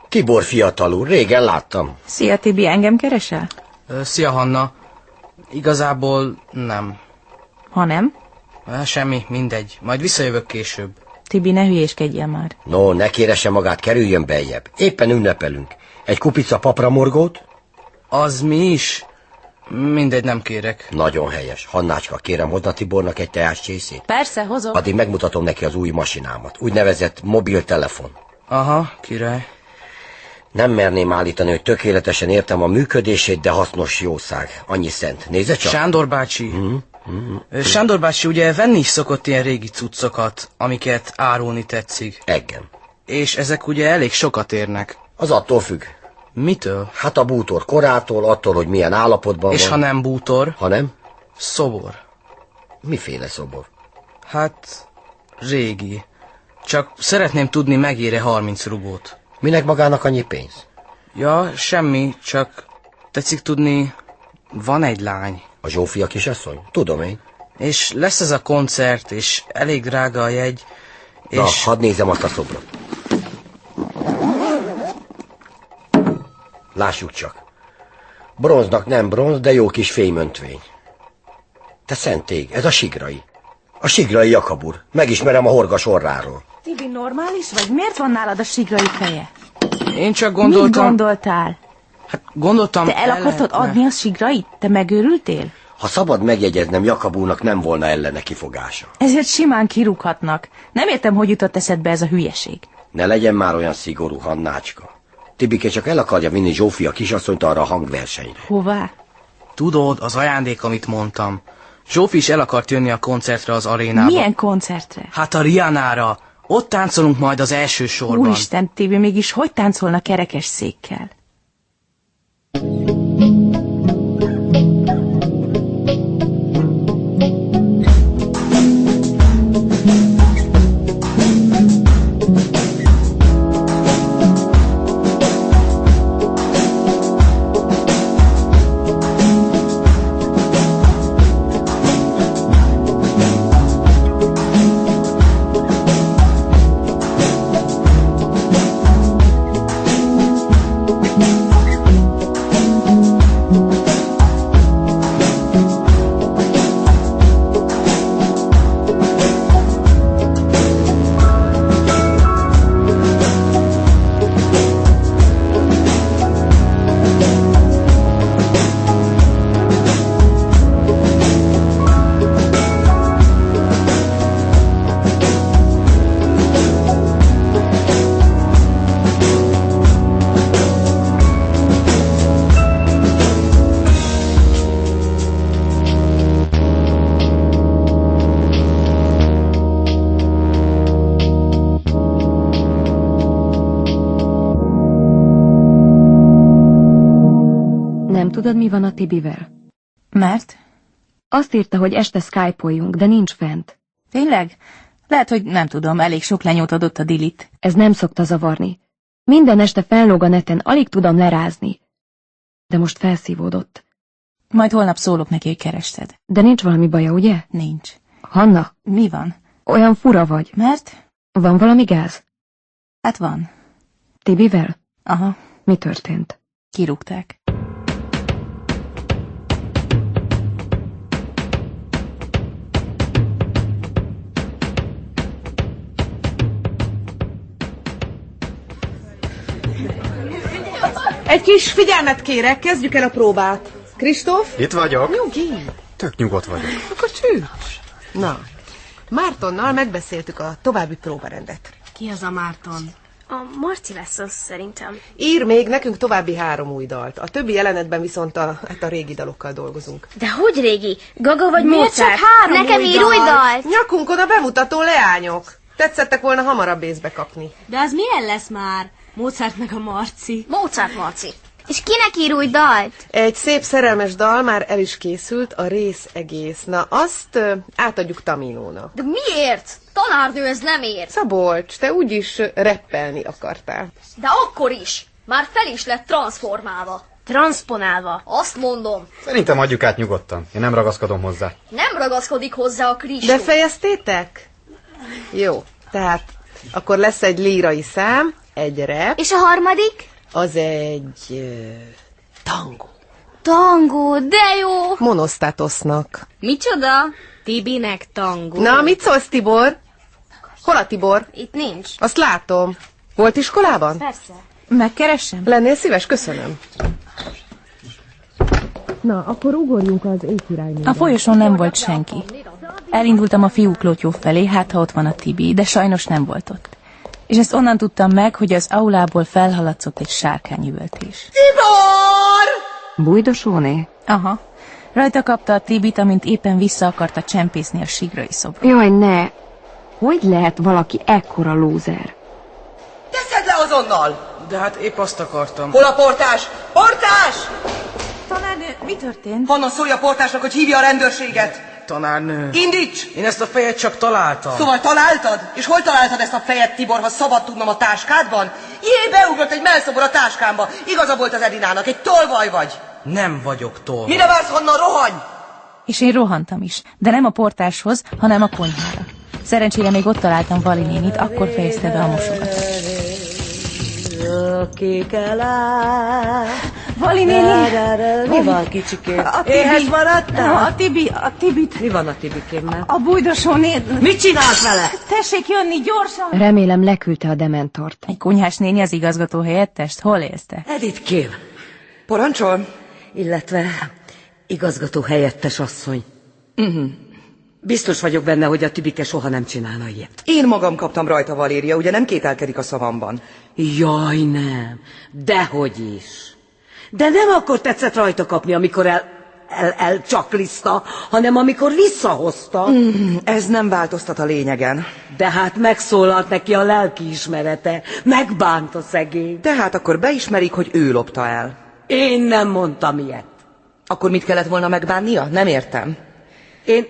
Speaker 2: Tibor fiatalú, régen láttam.
Speaker 1: Szia Tibi, engem keresel?
Speaker 9: Ö, Szia, Hanna. Igazából nem.
Speaker 1: Ha nem?
Speaker 9: Ö, Semmi, mindegy. Majd visszajövök később.
Speaker 1: Tibi, ne hülyéskedjen már.
Speaker 2: No, ne kéresse magát, kerüljön beljebb. Éppen ünnepelünk. Egy kupica papramorgót?
Speaker 9: Az mi is? Mindegy, nem kérek.
Speaker 2: Nagyon helyes. Hannácska, kérem, hozna Tibornak egy teás csészét.
Speaker 1: Persze, hozok.
Speaker 2: Addig megmutatom neki az új masinámat. Úgynevezett mobiltelefon.
Speaker 9: Aha, király.
Speaker 2: Nem merném állítani, hogy tökéletesen értem a működését, de hasznos jószág. Annyi szent. Nézze csak. Mhm. Mm-hmm.
Speaker 9: Sándor bácsi. Ö, Sándor bácsi ugye venni is szokott ilyen régi cuccokat, amiket árulni tetszik.
Speaker 2: Igen.
Speaker 9: És ezek ugye elég sokat érnek.
Speaker 2: Az attól függ.
Speaker 9: Mitől?
Speaker 2: Hát a bútor korától, attól, hogy milyen állapotban
Speaker 9: És
Speaker 2: van.
Speaker 9: ha nem bútor?
Speaker 2: Ha nem?
Speaker 9: Szobor.
Speaker 2: Miféle szobor?
Speaker 9: Hát, régi. Csak szeretném tudni, megére 30 rugót.
Speaker 2: Minek magának annyi pénz?
Speaker 9: Ja, semmi, csak tetszik tudni, van egy lány.
Speaker 2: A Zsófia kisasszony? Tudom én.
Speaker 9: És lesz ez a koncert, és elég drága a jegy, és...
Speaker 2: Na, hadd nézem azt a szobrot. Lássuk csak. Bronznak nem bronz, de jó kis fémöntvény. Te szentég, ez a sigrai. A sigrai Jakabur. Megismerem a horgas orráról.
Speaker 1: Tibi, normális vagy? Miért van nálad a sigrai feje?
Speaker 9: Én csak gondoltam...
Speaker 1: Mit gondoltál?
Speaker 9: Gondoltam...
Speaker 1: Te el akartod
Speaker 9: lehetne.
Speaker 1: adni a sigrait? Te megőrültél?
Speaker 2: Ha szabad megjegyeznem, Jakabúnak nem volna ellene kifogása.
Speaker 1: Ezért simán kirúghatnak. Nem értem, hogy jutott eszedbe ez a hülyeség.
Speaker 2: Ne legyen már olyan szigorú, Hannácska. Tibike csak el akarja vinni Zsófia kisasszonyt arra a hangversenyre.
Speaker 1: Hová?
Speaker 9: Tudod, az ajándék, amit mondtam. Zsófi is el akart jönni a koncertre az arénába.
Speaker 1: Milyen koncertre?
Speaker 9: Hát a Rianára. Ott táncolunk majd az első sorban.
Speaker 1: Úristen, Tibi, mégis hogy táncolna kerekes székkel?
Speaker 6: Nem tudod, mi van a Tibivel?
Speaker 1: Mert?
Speaker 6: Azt írta, hogy este skype de nincs fent.
Speaker 1: Tényleg? Lehet, hogy nem tudom, elég sok lenyót adott a dilit.
Speaker 6: Ez nem szokta zavarni. Minden este felnóg a neten, alig tudom lerázni. De most felszívódott.
Speaker 1: Majd holnap szólok neki, hogy kerested.
Speaker 6: De nincs valami baja, ugye?
Speaker 1: Nincs.
Speaker 6: Hanna,
Speaker 1: Mi van?
Speaker 6: olyan fura vagy.
Speaker 1: Mert?
Speaker 6: Van valami gáz?
Speaker 1: Hát van.
Speaker 6: Tibivel?
Speaker 1: Aha,
Speaker 6: Mi történt?
Speaker 1: kirúgták.
Speaker 8: Egy kis figyelmet kérek, kezdjük el a próbát. Kristóf?
Speaker 21: Itt vagyok.
Speaker 8: Nyugi.
Speaker 21: Tök nyugodt vagyok.
Speaker 8: Akkor csűs. Na, Mártonnal megbeszéltük a további próbarendet.
Speaker 12: Ki az a Márton? A Marci lesz az szerintem.
Speaker 8: Ír még nekünk további három új dalt. A többi jelenetben viszont a, hát a régi dalokkal dolgozunk.
Speaker 14: De hogy régi? Gaga vagy
Speaker 12: Miért
Speaker 14: Mozart?
Speaker 12: csak három
Speaker 14: Nekem
Speaker 12: új
Speaker 14: ír új
Speaker 12: dalt?
Speaker 14: dalt!
Speaker 8: Nyakunkon a bemutató leányok. Tetszettek volna hamarabb észbe kapni.
Speaker 10: De az milyen lesz már? Mozart meg a Marci.
Speaker 14: Mozart Marci. És kinek ír új dalt?
Speaker 8: Egy szép szerelmes dal már el is készült, a rész egész. Na, azt ö, átadjuk Taminónak.
Speaker 10: De miért?
Speaker 8: Tanárnő, ez nem ér. Szabolcs, te úgyis ö, reppelni akartál.
Speaker 10: De akkor is. Már fel is lett transformálva.
Speaker 14: Transponálva.
Speaker 10: Azt mondom,
Speaker 21: Szerintem adjuk át nyugodtan. Én nem ragaszkodom hozzá.
Speaker 10: nem ragaszkodik hozzá a Kristóf.
Speaker 8: Befejeztétek? Jó, tehát akkor lesz egy lírai szám, egy rep.
Speaker 14: És a harmadik?
Speaker 8: Az egy... ö,
Speaker 11: Tangó, de jó!
Speaker 8: Monosztátosnak.
Speaker 11: Micsoda? Tibinek tangó.
Speaker 8: Na, mit szólsz, Tibor? Hol a Tibor?
Speaker 11: Itt nincs.
Speaker 8: Azt látom. Volt iskolában?
Speaker 11: Persze.
Speaker 8: Megkeresem? Lennél szíves? Köszönöm. Na, akkor ugorjunk az éjkirálynőre.
Speaker 1: A folyosón nem volt senki. Elindultam a fiúklótyó felé, hát ha ott van a Tibi, de sajnos nem volt ott. És ezt onnan tudtam meg, hogy az aulából felhaladszott egy sárkányüvöltés.
Speaker 8: Tibor!
Speaker 6: Bújdosóné?
Speaker 1: Aha. Rajta kapta a Tibit, amint éppen vissza akarta csempészni a sigrai szobra.
Speaker 6: Jaj, ne! Hogy lehet valaki ekkora lúzer?
Speaker 5: Teszed le azonnal! De hát épp azt akartam.
Speaker 3: Hol a portás? Portás!
Speaker 1: Tanárnő, mi történt?
Speaker 3: Honnan szólja a portásnak, hogy hívja a rendőrséget?
Speaker 5: Tanárnő.
Speaker 3: Indíts!
Speaker 5: Én ezt a fejet csak találtam.
Speaker 3: Szóval találtad? És hol találtad ezt a fejet, Tibor, ha szabad tudnom a táskádban? Jé, beugrott egy melszobor a táskámba. Igaza volt az Edinának, egy tolvaj vagy.
Speaker 5: Nem vagyok tol.
Speaker 3: Mire vársz, Hanna, rohanj!
Speaker 1: És én rohantam is, de nem a portáshoz, hanem a konyhára. Szerencsére még ott találtam Vali nénit, akkor fejezte be a mosogatást. Vali néni!
Speaker 22: Mi van, kicsikém?
Speaker 1: A Tibi.
Speaker 22: Éhes maradtál?
Speaker 1: A Tibi, a Tibit.
Speaker 22: Mi van a Tibikémmel?
Speaker 1: A bújdosó néd...
Speaker 22: Mit csinálsz vele?
Speaker 1: Tessék jönni gyorsan!
Speaker 6: Remélem leküldte a dementort.
Speaker 1: Egy konyhás néni az igazgató helyettest? Hol élzte?
Speaker 22: Editkém. Parancsol? Illetve igazgató helyettes asszony. Mhm. Biztos vagyok benne, hogy a Tibike soha nem csinálna ilyet.
Speaker 3: Én magam kaptam rajta, Valéria, ugye nem kételkedik a szavamban?
Speaker 22: Jaj, nem. Dehogy is. De nem akkor tetszett rajta kapni, amikor el, el, el csakliszta, hanem amikor visszahozta.
Speaker 3: Mm, ez nem változtat a lényegen.
Speaker 22: De hát megszólalt neki a lelki ismerete. Megbánt a szegény.
Speaker 3: Tehát hát akkor beismerik, hogy ő lopta el.
Speaker 22: Én nem mondtam ilyet.
Speaker 3: Akkor mit kellett volna megbánnia? Nem értem.
Speaker 22: Én,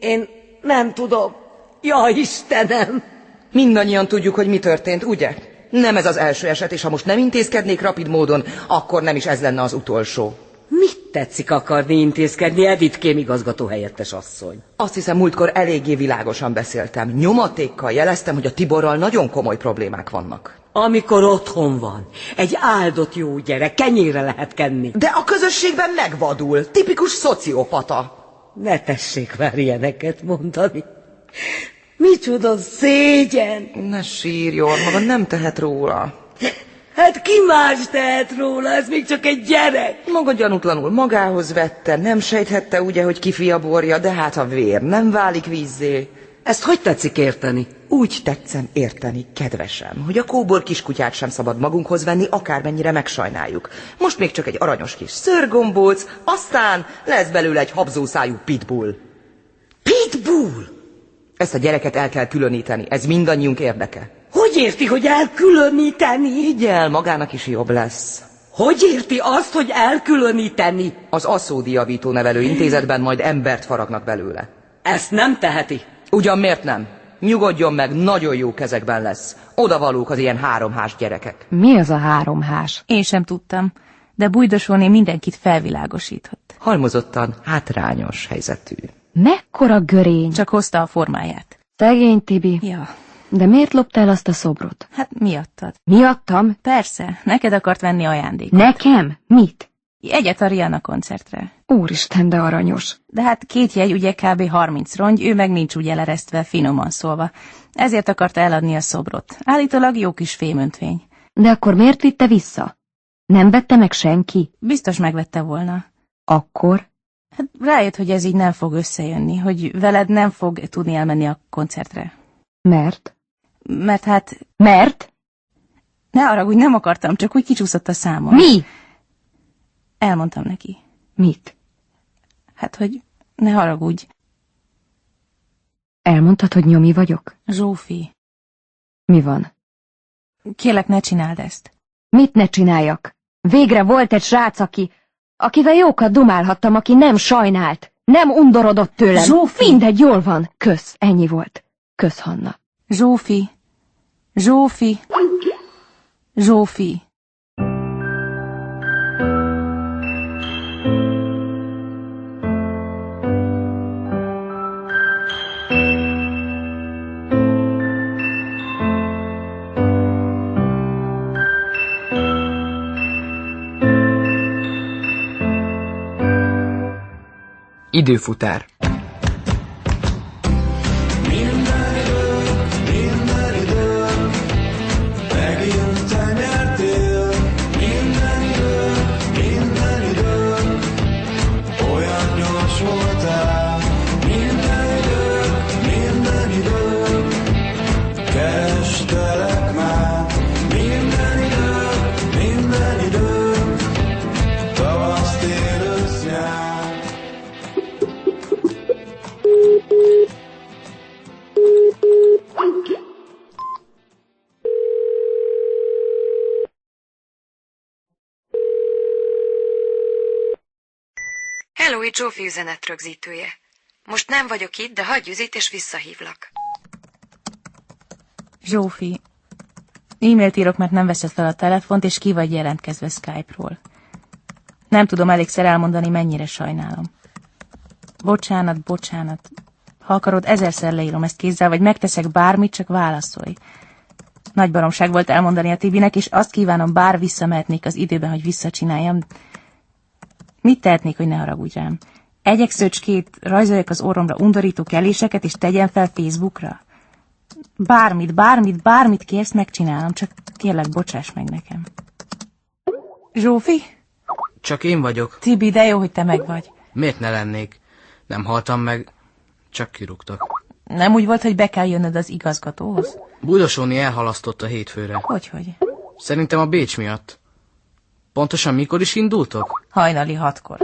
Speaker 22: én nem tudom. Ja, Istenem!
Speaker 3: Mindannyian tudjuk, hogy mi történt, ugye? Nem ez az első eset, és ha most nem intézkednék rapid módon, akkor nem is ez lenne az utolsó.
Speaker 22: Mit tetszik akarni intézkedni, Editkém igazgató helyettes asszony?
Speaker 3: Azt hiszem, múltkor eléggé világosan beszéltem. Nyomatékkal jeleztem, hogy a Tiborral nagyon komoly problémák vannak.
Speaker 22: Amikor otthon van, egy áldott jó gyerek, kenyére lehet kenni.
Speaker 3: De a közösségben megvadul. Tipikus szociopata.
Speaker 22: Ne tessék már ilyeneket mondani. Micsoda szégyen!
Speaker 3: Ne sírjon, maga nem tehet róla.
Speaker 22: Hát ki más tehet róla, ez még csak egy gyerek.
Speaker 3: Maga gyanútlanul magához vette, nem sejthette ugye, hogy kifi a borja, de hát a vér nem válik vízzé.
Speaker 22: Ezt hogy tetszik érteni?
Speaker 3: Úgy tetszem érteni, kedvesem, hogy a kóbor kiskutyát sem szabad magunkhoz venni, akármennyire megsajnáljuk. Most még csak egy aranyos kis szörgombóc, aztán lesz belőle egy habzószájú pitbull.
Speaker 22: Pitbull!
Speaker 3: Ezt a gyereket el kell különíteni, ez mindannyiunk érdeke.
Speaker 22: Hogy érti, hogy elkülöníteni?
Speaker 3: Figyel, magának is jobb lesz.
Speaker 22: Hogy érti azt, hogy elkülöníteni?
Speaker 3: Az Asszódi Javító Nevelő Intézetben majd embert faragnak belőle.
Speaker 22: Ezt nem teheti.
Speaker 3: Ugyan miért nem? Nyugodjon meg, nagyon jó kezekben lesz. Odavalók az ilyen háromhás gyerekek.
Speaker 6: Mi az a háromhás?
Speaker 1: Én sem tudtam, de bújdosolni mindenkit felvilágosított.
Speaker 3: Halmozottan hátrányos helyzetű.
Speaker 6: Mekkora görény?
Speaker 1: Csak hozta a formáját.
Speaker 6: Szegény Tibi.
Speaker 1: Ja,
Speaker 6: De miért loptál azt a szobrot?
Speaker 1: hát miattad.
Speaker 6: Miattam?
Speaker 1: Persze, neked akart venni ajándékot.
Speaker 6: Nekem? Mit?
Speaker 1: Egyet a Rihanna koncertre.
Speaker 6: Úristen, de aranyos.
Speaker 1: De hát két jegy ugye kb. 30 rongy, ő meg nincs úgy eleresztve, finoman szólva. Ezért akarta eladni a szobrot. Állítólag jó kis fémöntvény.
Speaker 6: De akkor miért vitte vissza? Nem vette meg senki?
Speaker 1: Biztos megvette volna.
Speaker 6: Akkor?
Speaker 1: Hát rájött, hogy ez így nem fog összejönni, hogy veled nem fog tudni elmenni a koncertre.
Speaker 6: Mert?
Speaker 1: Mert hát...
Speaker 6: Mert?
Speaker 1: Ne haragudj, nem akartam, csak úgy kicsúszott a számom.
Speaker 6: Mi?
Speaker 1: Elmondtam neki.
Speaker 6: Mit?
Speaker 1: Hát, hogy ne haragudj.
Speaker 6: Elmondtad, hogy nyomi vagyok?
Speaker 1: Zsófi,
Speaker 6: Mi van?
Speaker 1: kélek ne csináld ezt.
Speaker 6: Mit ne csináljak? Végre volt egy srác, aki... Akivel jókat dumálhattam, aki nem sajnált. Nem undorodott tőlem.
Speaker 1: Zsófi!
Speaker 6: Mindegy, jól van. Kösz, ennyi volt. Kösz, Hanna.
Speaker 1: Zsófi. Zsófi. Zsófi.
Speaker 5: Időfutár.
Speaker 6: Hello, itt Zsófi üzenet rögzítője. Most nem vagyok itt, de hagyj üzét és visszahívlak.
Speaker 1: Zsófi. E-mailt írok, mert nem veszed fel a telefont, és ki vagy jelentkezve Skype-ról. Nem tudom elégszer elmondani, mennyire sajnálom. Bocsánat, bocsánat. Ha akarod, ezerszer leírom ezt kézzel, vagy megteszek bármit, csak válaszolj. Nagy baromság volt elmondani a Tibinek, és azt kívánom, bár visszamehetnék az időben, hogy visszacsináljam. Mit tehetnék, hogy ne haragudj rám? Egyek szöcskét, rajzoljak az orromra undorító keléseket, és tegyen fel Facebookra? Bármit, bármit, bármit kérsz, megcsinálom, csak kérlek, bocsáss meg nekem. Zsófi?
Speaker 9: Csak én vagyok.
Speaker 1: Tibi, de jó, hogy te meg vagy.
Speaker 9: Miért ne lennék? Nem haltam meg, csak kirúgtak.
Speaker 1: Nem úgy volt, hogy be kell jönnöd az igazgatóhoz?
Speaker 9: Bujdosóni elhalasztott a hétfőre.
Speaker 1: Hogyhogy?
Speaker 9: Szerintem a Bécs miatt. Pontosan mikor is indultok?
Speaker 1: Hajnali hatkor.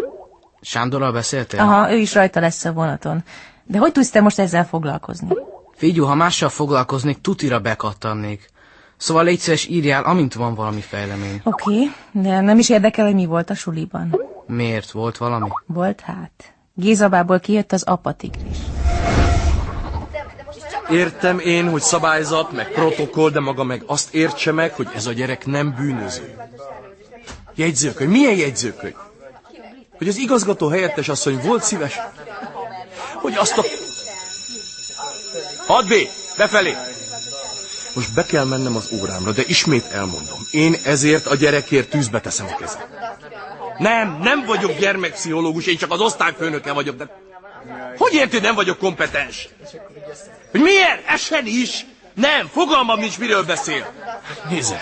Speaker 9: Sándorral beszéltél?
Speaker 1: Aha, ő is rajta lesz a vonaton. De hogy tudsz te most ezzel foglalkozni?
Speaker 9: Figyú, ha mással foglalkoznék, tutira bekattannék. Szóval légy szíves, írjál, amint van valami fejlemény.
Speaker 1: Oké, de nem is érdekel, hogy mi volt a suliban.
Speaker 9: Miért? Volt valami?
Speaker 1: Volt hát. Gézabából kijött az apatigris.
Speaker 4: Értem én, hogy szabályzat, meg protokoll, de maga meg azt értse meg, hogy ez a gyerek nem bűnöző. Jegyzőkönyv. Milyen jegyzőkönyv? Hogy az igazgató helyettes asszony volt szíves? Hogy azt a... Hadd be! Befelé! Most be kell mennem az órámra, de ismét elmondom. Én ezért a gyerekért tűzbe teszem a kezem. Nem, nem vagyok gyermekpszichológus, én csak az osztályfőnöke vagyok, de... Hogy érti, nem vagyok kompetens? Hogy miért? Esen is? Nem, fogalmam nincs, miről beszél. Hát Nézze,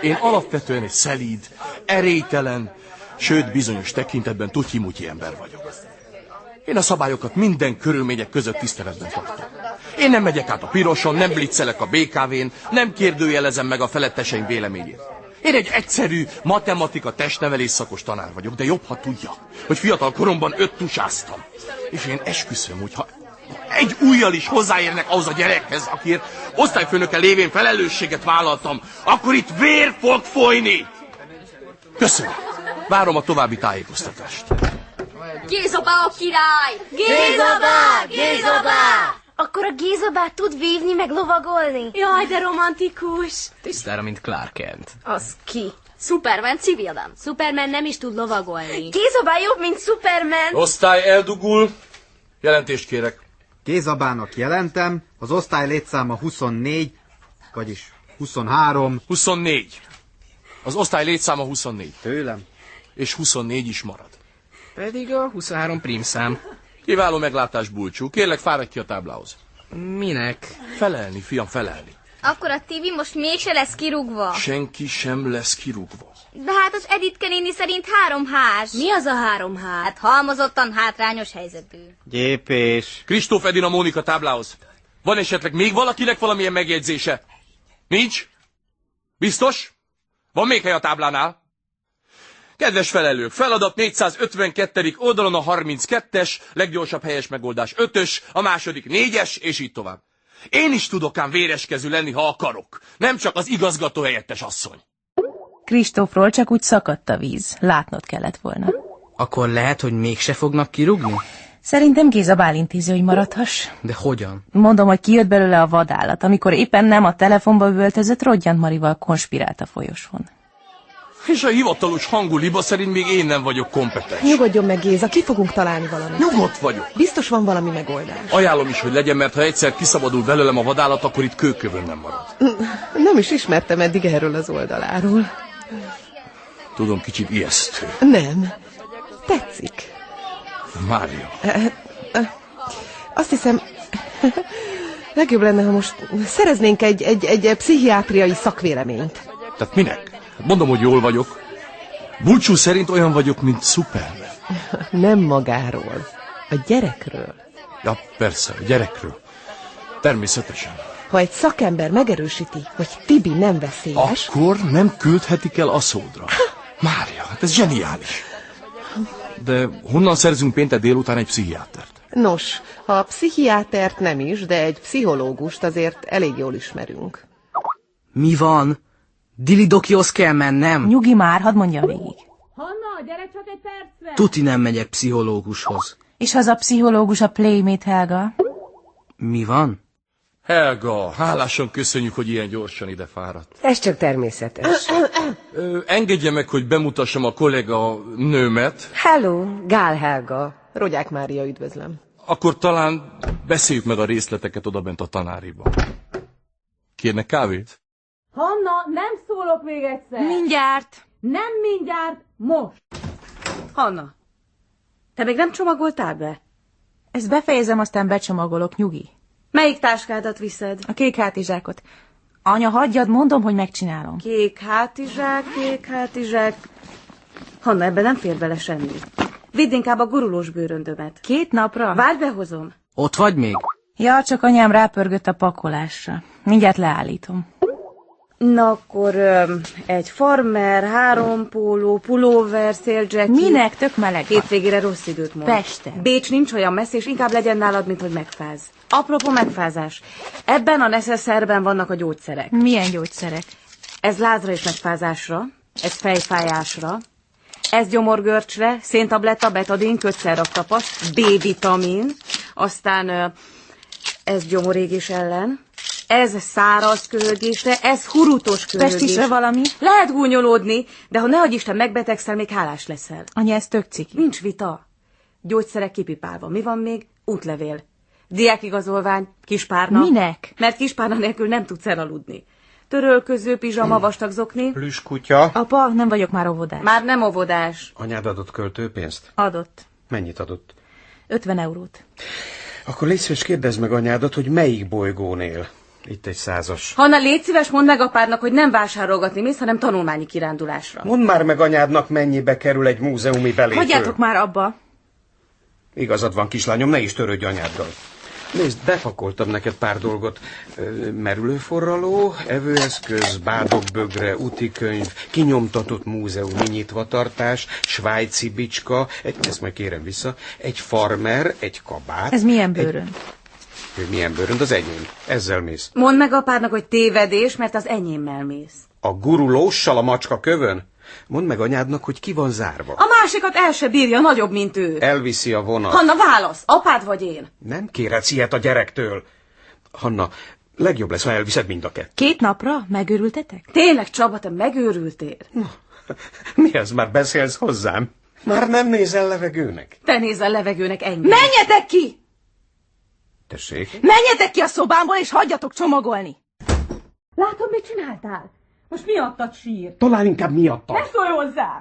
Speaker 4: én alapvetően egy szelíd, erélytelen, sőt bizonyos tekintetben tutyimutyi ember vagyok. Én a szabályokat minden körülmények között tiszteletben tartom. Én nem megyek át a piroson, nem blitzelek a BKV-n, nem kérdőjelezem meg a feletteseim véleményét. Én egy egyszerű matematika testnevelés szakos tanár vagyok, de jobb, ha tudja, hogy fiatal koromban öt tusáztam. És én esküszöm, hogy ha egy újjal is hozzáérnek ahhoz a gyerekhez, akiért osztályfőnöke lévén felelősséget vállaltam, akkor itt vér fog folyni! Köszönöm. Várom a további tájékoztatást.
Speaker 10: Gézabá a király!
Speaker 14: Gézabá! Gézabá! Akkor a Gézabát tud vívni meg lovagolni? Jaj, de romantikus!
Speaker 5: Tisztára, mint Clark Kent.
Speaker 14: Az ki?
Speaker 10: Superman civilben.
Speaker 12: Superman nem is tud lovagolni.
Speaker 14: Gézabá jobb, mint Superman!
Speaker 4: Osztály eldugul. Jelentést kérek.
Speaker 21: Gézabának jelentem, az osztály létszáma 24, vagyis 23.
Speaker 4: 24. Az osztály létszáma 24.
Speaker 21: Tőlem?
Speaker 4: És 24 is marad.
Speaker 5: Pedig a 23 prímszám.
Speaker 4: Kiváló meglátás, Bulcsú. Kérlek, fáradj ki a táblához.
Speaker 5: Minek?
Speaker 4: Felelni, fiam, felelni.
Speaker 11: Akkor a Tibi most mégse lesz kirúgva.
Speaker 4: Senki sem lesz kirúgva.
Speaker 11: De hát az Editke néni szerint három hás. Mi az a három hás? Hát halmozottan hátrányos helyzetű.
Speaker 15: Gyépés.
Speaker 4: Kristóf Edina Mónika táblához. Van esetleg még valakinek valamilyen megjegyzése? Nincs? Biztos? Van még hely a táblánál? Kedves felelők, feladat 452. oldalon a 32-es, leggyorsabb helyes megoldás 5-ös, a második 4-es, és így tovább. Én is tudok ám véreskező lenni, ha akarok. Nem csak az igazgató helyettes asszony.
Speaker 1: Kristófról csak úgy szakadt a víz. Látnod kellett volna.
Speaker 9: Akkor lehet, hogy mégse fognak kirúgni?
Speaker 1: Szerintem Géza Bálintéző, hogy maradhass.
Speaker 9: De hogyan?
Speaker 1: Mondom, hogy kijött belőle a vadállat, amikor éppen nem a telefonba üvöltözött, Rodjant Marival konspirált a folyosón.
Speaker 4: És a hivatalos hangú liba szerint még én nem vagyok kompetens.
Speaker 8: Nyugodjon meg, Géza, ki fogunk találni valamit.
Speaker 4: Nyugodt vagyok.
Speaker 8: Biztos van valami megoldás.
Speaker 4: Ajánlom is, hogy legyen, mert ha egyszer kiszabadul belőlem a vadállat, akkor itt kőkövön nem marad.
Speaker 8: Nem is ismertem eddig erről az oldaláról.
Speaker 4: Tudom, kicsit ijesztő.
Speaker 8: Nem. Tetszik.
Speaker 4: Mária.
Speaker 8: Eh, eh, Azt hiszem, legjobb lenne, ha most szereznénk egy, egy, egy pszichiátriai szakvéleményt.
Speaker 4: Tehát minek? Hát Mondom, hogy jól vagyok. Bulcsú szerint olyan vagyok, mint Superman.
Speaker 8: Nem magáról, a gyerekről.
Speaker 4: Ja, persze, a gyerekről. Természetesen.
Speaker 8: Ha egy szakember megerősíti, hogy Tibi nem veszélyes,
Speaker 4: Akkor nem küldhetik el Aszódra. Mária, hát ez zseniális. De honnan szerzünk péntek délután egy pszichiátert?
Speaker 8: Nos, ha a pszichiátert nem is, de egy pszichológust azért elég jól ismerünk.
Speaker 9: Mi van? Dilidokihoz kell mennem?
Speaker 1: Nyugi már, hadd mondja végig.
Speaker 18: Hanna, gyere csak egy percre!
Speaker 9: Tuti nem megyek pszichológushoz.
Speaker 1: És az a pszichológus a Playmate Helga?
Speaker 9: Mi van?
Speaker 4: Helga, hálásan köszönjük, hogy ilyen gyorsan ide fáradt.
Speaker 22: Ez csak természetes.
Speaker 4: Ö, engedje meg, hogy bemutassam a kollega nőmet,
Speaker 22: Hello, Gál Helga.
Speaker 8: Rogyák Mária, üdvözlöm.
Speaker 4: akkor talán beszéljük meg a részleteket odabent a tanáriba. Kérnek kávét?
Speaker 18: Hanna, nem szólok még egyszer!
Speaker 19: Mindjárt!
Speaker 18: Nem mindjárt, most!
Speaker 19: Hanna, te még nem csomagoltál be?
Speaker 1: Ezt befejezem, aztán becsomagolok, nyugi.
Speaker 19: Melyik táskádat viszed?
Speaker 1: A kék hátizsákot. Anya, hagyjad, mondom, hogy megcsinálom.
Speaker 19: Kék hátizsák, kék hátizsák. Hanna, ebben nem fér bele semmi. Vidd inkább a gurulós bőröndömet.
Speaker 1: Két napra?
Speaker 19: Várj, behozom.
Speaker 9: Ott vagy még?
Speaker 1: Ja, csak anyám rápörgött a pakolásra. Mindjárt leállítom.
Speaker 19: Na akkor öm, egy farmer, három póló, pulóver, széljacky.
Speaker 1: Minek? Tök meleg van.
Speaker 19: Hétvégére rossz időt mond.
Speaker 1: Pesten.
Speaker 19: Bécs nincs olyan messze, és inkább legyen nálad, mint hogy megfáz. Apropó megfázás. Ebben a neszeszerben vannak a gyógyszerek.
Speaker 1: Milyen gyógyszerek?
Speaker 19: Ez lázra és megfázásra, ez fejfájásra, ez gyomorgörcsre, széntabletta, betadin, kötszerraktapas, B-vitamin, aztán ö, ez gyomorégés ellen, ez száraz köhögésre, ez hurutos köhögésre.
Speaker 1: Pestisre valami?
Speaker 19: Lehet gúnyolódni, de ha nehogy Isten megbetegszel, még hálás leszel.
Speaker 1: Anya, ez tök ciki.
Speaker 19: Nincs vita. Gyógyszerek kipipálva. Mi van még? Útlevél. Diákigazolvány, kispárna.
Speaker 1: Minek?
Speaker 19: Mert kispárna nélkül nem tudsz elaludni. Törölköző, pizsama, vastag zokni.
Speaker 23: Plüskutya.
Speaker 1: Hm. Apa, nem vagyok már óvodás.
Speaker 19: Már nem óvodás.
Speaker 23: Anyád adott költőpénzt?
Speaker 1: Adott.
Speaker 23: Mennyit adott?
Speaker 1: 50 eurót.
Speaker 23: Akkor légy szíves, kérdezd meg anyádat, hogy melyik bolygón él. Itt egy százas.
Speaker 19: Hanna, légy szíves, mondd meg apádnak, hogy nem vásárolgatni mész, hanem tanulmányi kirándulásra.
Speaker 23: Mondd már meg anyádnak, mennyibe kerül egy múzeumi belépő.
Speaker 1: Hagyjátok már abba.
Speaker 23: Igazad van, kislányom, ne is törődj anyáddal. Nézd, bepakoltam neked pár dolgot. Ö, Merülőforraló, evőeszköz, bádokbögre, utikönyv, kinyomtatott múzeumi nyitvatartás, svájci bicska, egy, ezt majd kérem vissza, egy farmer, egy kabát.
Speaker 1: Hát, Ez milyen bőrön?
Speaker 23: Egy, milyen bőrönd? Az enyém. Ezzel mész.
Speaker 19: Mondd meg apádnak, hogy tévedés, mert az enyémmel mész.
Speaker 23: A gurulóssal a macska kövön? Mondd meg anyádnak, hogy ki van zárva.
Speaker 19: A másikat el se bírja, nagyobb, mint ő.
Speaker 23: Elviszi a vonat.
Speaker 19: Hanna, válasz! Apád vagy én?
Speaker 23: Nem kérhetsz ilyet a gyerektől. Hanna, legjobb lesz, ha elviszed mind a kettőt.
Speaker 1: Két napra? Megőrültetek?
Speaker 19: Tényleg, Csaba, te megőrültél?
Speaker 23: Mi ez? Már beszélsz hozzám? Már nem nézel levegőnek?
Speaker 19: Te nézel levegőnek engem. Menjetek ki!
Speaker 23: Tessék?
Speaker 1: Menjetek ki a szobámból, és hagyjatok csomagolni!
Speaker 18: Látod, mit csináltál? Most miattad sír.
Speaker 23: Talán inkább miatta.
Speaker 18: Ne szólj hozzá!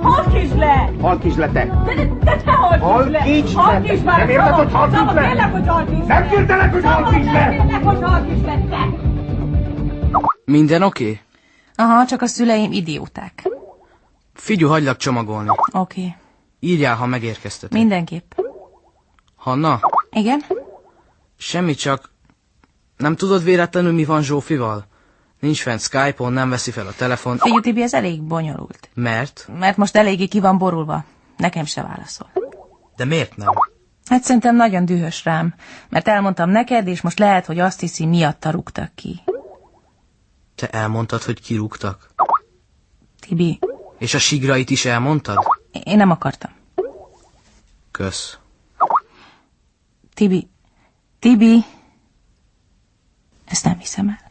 Speaker 18: Halkítsd le!
Speaker 21: Halkíts le te!
Speaker 18: De, de, de te halkítsd le!
Speaker 21: Halkíts le!
Speaker 18: Halkítsd már!
Speaker 21: Nem érted,
Speaker 18: szabad,
Speaker 21: hogy halkítsd
Speaker 18: szabad,
Speaker 21: le?
Speaker 18: kérlek, hogy halkítsd
Speaker 21: Nem
Speaker 18: le!
Speaker 21: kértelek, hogy
Speaker 18: Szabad,
Speaker 21: halkítsd le!
Speaker 18: nem kérlek, hogy halkítsd le! Te!
Speaker 9: Minden oké? Okay?
Speaker 1: Aha, csak a szüleim idióták.
Speaker 9: Figyú, hagylak csomagolni.
Speaker 1: Oké. Okay.
Speaker 9: Írjál, ha megérkeztetek.
Speaker 1: Mindenképp.
Speaker 9: Hanna,
Speaker 1: Igen?
Speaker 9: semmi csak... Nem tudod véletlenül, mi van Zsófival? Nincs fent Skype-on, nem veszi fel a telefon.
Speaker 1: Figyú Tibi, ez elég bonyolult.
Speaker 9: Mert?
Speaker 1: Mert most eléggé ki van borulva. Nekem se válaszol.
Speaker 9: De miért nem?
Speaker 1: Hát szerintem nagyon dühös rám, mert elmondtam neked, és most lehet, hogy azt hiszi, miatta rúgtak ki.
Speaker 9: Te elmondtad, hogy kirúgtak.
Speaker 1: Tibi,
Speaker 9: És a sigrait is elmondtad?
Speaker 1: én nem akartam.
Speaker 9: Kösz.
Speaker 1: Tibi, Tibi, ezt nem hiszem el.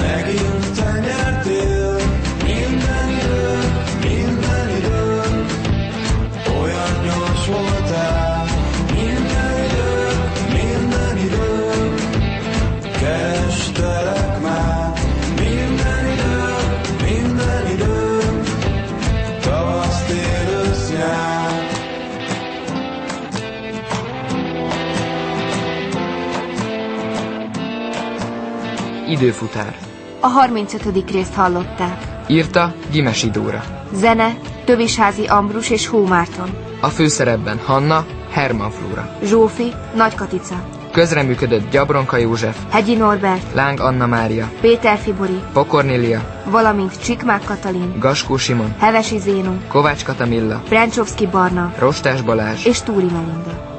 Speaker 7: Megint te nyertél minden idő, minden idő. Olyan gyors voltál minden idő, minden idő. Kerestelek már minden idő, minden idő. Tavasz, tél, ősz, nyár.
Speaker 16: Időfutár.
Speaker 17: A 35. részt hallották.
Speaker 16: Írta Gimes Idóra.
Speaker 17: Zene Tövisházi Ambrus és Hómárton.
Speaker 16: A főszerepben Hanna Herman Flóra.
Speaker 17: Zsófi Nagy Katica.
Speaker 16: Közreműködött Gyabronka József,
Speaker 17: Hegyi Norbert.
Speaker 16: Láng Anna Mária,
Speaker 17: Péter Fibori.
Speaker 16: Pokornélia,
Speaker 17: Valamint Csikmák Katalin.
Speaker 16: Gaskó Simon,
Speaker 17: Hevesi Zénó.
Speaker 16: Kovács Katamilla,
Speaker 17: Francsovszki Barna.
Speaker 16: Rostás Balázs,
Speaker 17: És Túri Melinda.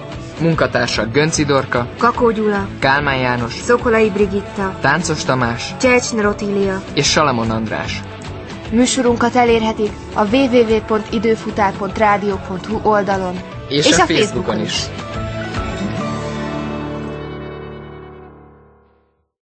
Speaker 16: munkatársa Gönci Dorka,
Speaker 17: Kakó Gyula.
Speaker 16: Kálmán János,
Speaker 17: Szokolai Brigitta.
Speaker 16: Táncos Tamás
Speaker 17: Csecsner Otília.
Speaker 16: és Salamon András.
Speaker 17: Műsorunkat elérhetik a www.időfutár.rádió.hu oldalon.
Speaker 16: És, a, Facebookon is.